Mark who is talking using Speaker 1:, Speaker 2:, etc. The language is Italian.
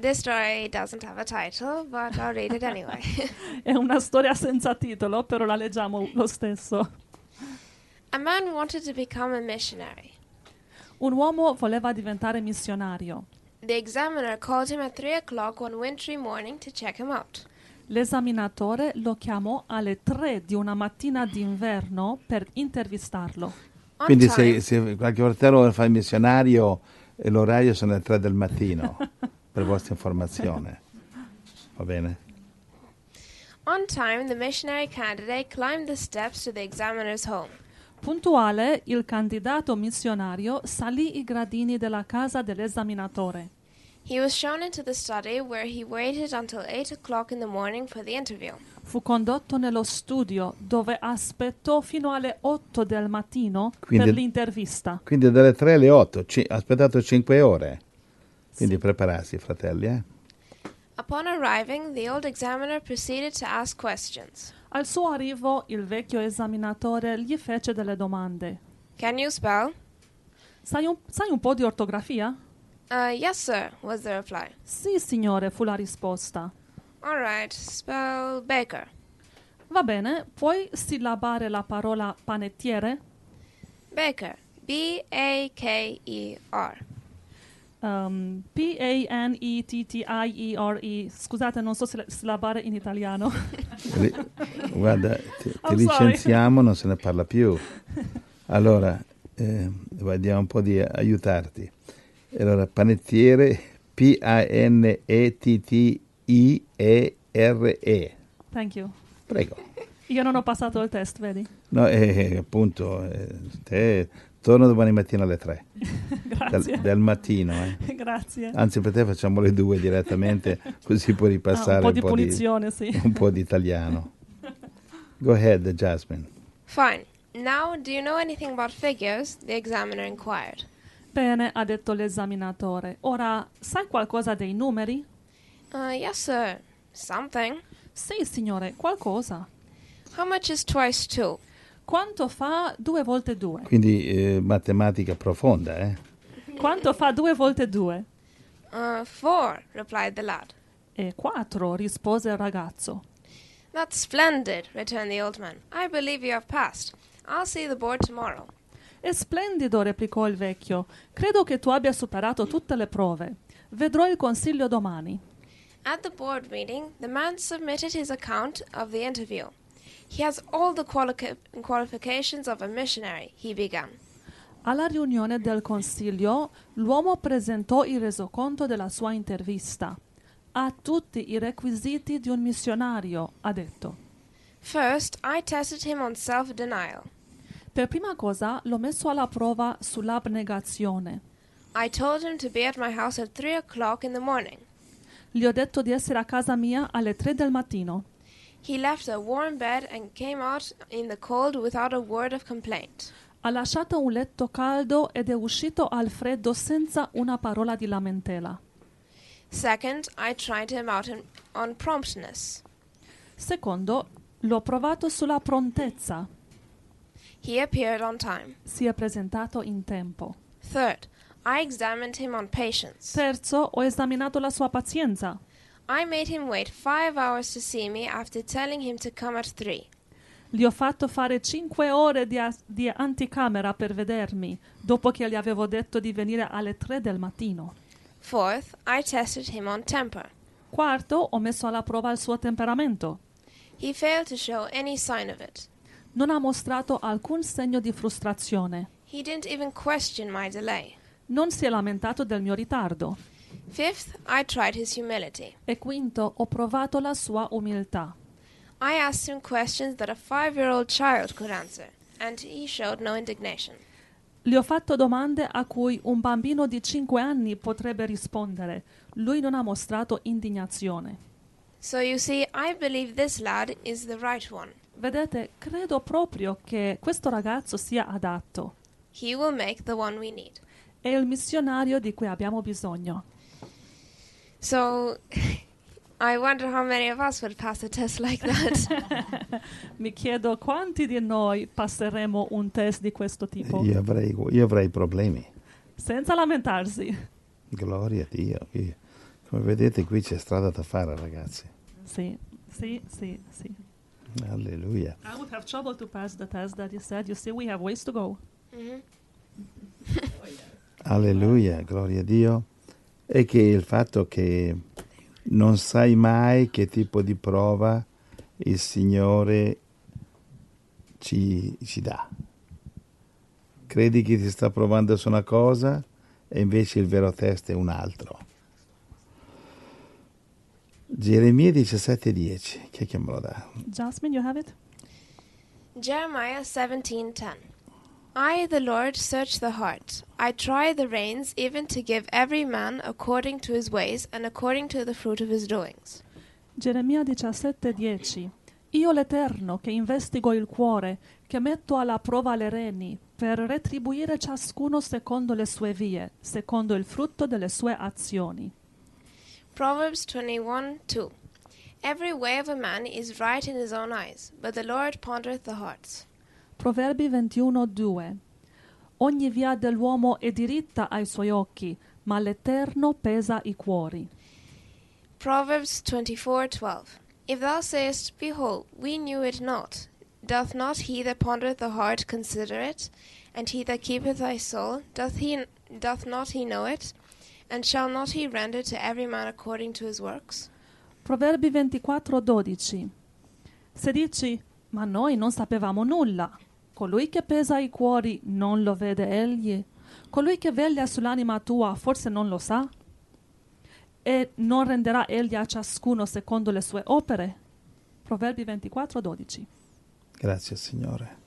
Speaker 1: This story doesn't have a title, but I'll read it anyway.
Speaker 2: È una storia senza titolo, però la leggiamo lo stesso.
Speaker 1: a man wanted to become a missionary.
Speaker 2: Un uomo voleva diventare missionario.
Speaker 1: The examiner called him at three o'clock one wintry morning to check him out.
Speaker 2: L'esaminatore lo chiamò alle 3 di una mattina d'inverno per intervistarlo.
Speaker 1: On
Speaker 3: Quindi
Speaker 1: time,
Speaker 3: se, se qualche fratello vuole fare il missionario, eh, l'orario sono le 3 del mattino, per vostra informazione. Va bene?
Speaker 1: on time, the missionary candidate climbed the steps to the examiner's home.
Speaker 2: Puntuale, il candidato missionario salì i gradini della casa dell'esaminatore.
Speaker 1: He was shown into the study where he waited until eight o'clock in the morning for the interview.
Speaker 2: Fu condotto nello studio dove aspettò fino alle 8 del mattino
Speaker 3: Quindi-
Speaker 2: per l'intervista.
Speaker 3: Quindi dalle 3 alle 8, ci- ha aspettato 5 ore. Quindi prepararsi, fratelli. eh.
Speaker 1: Upon arriving, the old examiner proceeded to ask questions.
Speaker 2: Al suo arrivo il vecchio esaminatore gli fece delle domande.
Speaker 1: Can you spell?
Speaker 2: Sai un, sai un po' di ortografia?
Speaker 1: Uh, yes, sir, was the reply.
Speaker 2: Sì, signore, fu la risposta.
Speaker 1: All right, spell baker.
Speaker 2: Va bene, puoi sillabare la parola panettiere?
Speaker 1: Baker. B A K E R.
Speaker 2: Um, P-A-N-E-T-T-I-E-R-E. Scusate, non so sila- sillabare in italiano.
Speaker 3: Ri- guarda, ti, ti
Speaker 2: I'm sorry.
Speaker 3: licenziamo, non se ne parla più. Allora, eh, vediamo un po' di eh, aiutarti. Allora, panettiere, P-A-N-E-T-T-I-E-R-E.
Speaker 2: Thank you.
Speaker 3: Prego.
Speaker 2: Io non ho passato il test, vedi?
Speaker 3: No, eh, appunto, eh, te torno domani mattina alle 3
Speaker 2: Grazie.
Speaker 3: del, del mattino. eh.
Speaker 2: Grazie.
Speaker 3: Anzi, per te facciamo le due direttamente, così puoi
Speaker 2: Ah, un
Speaker 3: ripassare
Speaker 2: po' di punizione, sì.
Speaker 3: un po' di italiano. Go ahead, Jasmine.
Speaker 1: Fine. Now, do you know anything about figures? The examiner inquired.
Speaker 2: Bene, ha detto l'esaminatore. Ora, sai qualcosa dei numeri?
Speaker 1: Uh, yes, sir. Something.
Speaker 2: Sì, signore, qualcosa.
Speaker 1: How much is twice two?
Speaker 2: Quanto fa due volte due?
Speaker 3: Quindi eh, matematica profonda, eh?
Speaker 2: Quanto fa due volte due?
Speaker 1: Uh, four, replied the lad.
Speaker 2: E quattro, rispose il ragazzo.
Speaker 1: That's splendid, returned the old man. I believe you have passed. I'll see the board tomorrow.
Speaker 2: È splendido, replicò il vecchio. Credo che tu abbia superato tutte le prove. Vedrò il consiglio domani.
Speaker 1: At the board meeting, the man submitted his account of the interview. He has all the qualica- qualifications of a missionary, he began.
Speaker 2: Alla riunione del consiglio, l'uomo presentò il resoconto della sua intervista. Ha tutti i requisiti di un missionario, ha detto.
Speaker 1: First, I tested him on self denial.
Speaker 2: Per prima cosa l'ho messo alla prova sull'abnegazione.
Speaker 1: I told him to be at my house at three o'clock in the morning.
Speaker 2: Gli ho detto di essere a casa mia alle tre del mattino.
Speaker 1: He left a warm bed and came out in the cold without a word of complaint.
Speaker 2: Ha lasciato un letto caldo ed è uscito al freddo senza una parola di lamentela.
Speaker 1: Second, I tried him out in, on promptness.
Speaker 2: Secondo, l'ho provato sulla prontezza.
Speaker 1: He appeared on time.
Speaker 2: Si è presentato in tempo.
Speaker 1: Third, I examined him on patience.
Speaker 2: Terzo, ho esaminato la sua pazienza.
Speaker 1: I made him wait five hours to see me after telling him to come at three.
Speaker 2: Gli ho fatto fare 5 ore di, as- di anticamera per vedermi, dopo che gli avevo detto di venire alle 3 del mattino.
Speaker 1: Fourth, I tested him on temper.
Speaker 2: Quarto, ho messo alla prova il suo temperamento.
Speaker 1: He failed to show any sign of it.
Speaker 2: Non ha mostrato alcun segno di frustrazione.
Speaker 1: He didn't even question my delay.
Speaker 2: Non si è lamentato del mio ritardo.
Speaker 1: Fifth, I tried his humility.
Speaker 2: E quinto, ho provato la sua umiltà.
Speaker 1: I asked him questions that a five year old child could answer, and he showed no indignation.
Speaker 2: Gli ho fatto domande a cui un bambino di 5 anni potrebbe rispondere. Lui non ha mostrato indignazione.
Speaker 1: So you see, I believe this lad is the right one.
Speaker 2: Vedete, credo proprio che questo ragazzo sia adatto.
Speaker 1: He will make the one we need.
Speaker 2: È il missionario di cui abbiamo bisogno.
Speaker 1: So I wonder how many of us would pass a test like that.
Speaker 2: Mi chiedo quanti di noi passeremo un test di questo tipo
Speaker 3: Io avrei, io avrei problemi.
Speaker 2: senza lamentarsi.
Speaker 3: Gloria a Dio. Io- Come vedete qui c'è strada da fare ragazzi.
Speaker 2: See, see, see, see.
Speaker 3: Alleluia.
Speaker 2: I would have trouble to pass the test that you said. You see, we have ways to go.
Speaker 3: Alleluia, gloria a Dio. E che il fatto che non sai mai che tipo di prova il Signore ci, ci dà. Credi che ti sta provando su una cosa e invece il vero test è un altro. Geremia 17:10, chi è che me lo dà?
Speaker 2: Jasmine, you have it?
Speaker 1: Jeremiah 17:10 I the Lord search the heart I try the reins even to give every man according to his ways and according to the fruit of his doings
Speaker 2: Geremia 17:10 Io l'Eterno che investigo il cuore, che metto alla prova le reni, per retribuire ciascuno secondo le sue vie, secondo il frutto delle sue azioni.
Speaker 1: Proverbs 21:2 Every way of a man is right in his own eyes but the Lord pondereth the hearts
Speaker 2: Proverbi 21:2 Ogni via dell'uomo è diritta ai suoi occhi, ma l'Eterno pesa i cuori.
Speaker 1: Proverbs 24:12 If thou sayest behold we knew it not doth not he that pondereth the heart consider it and he that keepeth thy soul doth he doth not he know it and shall not he render to every man according to his works
Speaker 2: Proverbi 24:12 Se dici, ma noi non sapevamo nulla, colui che pesa i cuori non lo vede egli, colui che veglia sull'anima tua forse non lo sa? E non renderà egli a ciascuno secondo le sue opere? Proverbi 24:12
Speaker 3: Grazie Signore.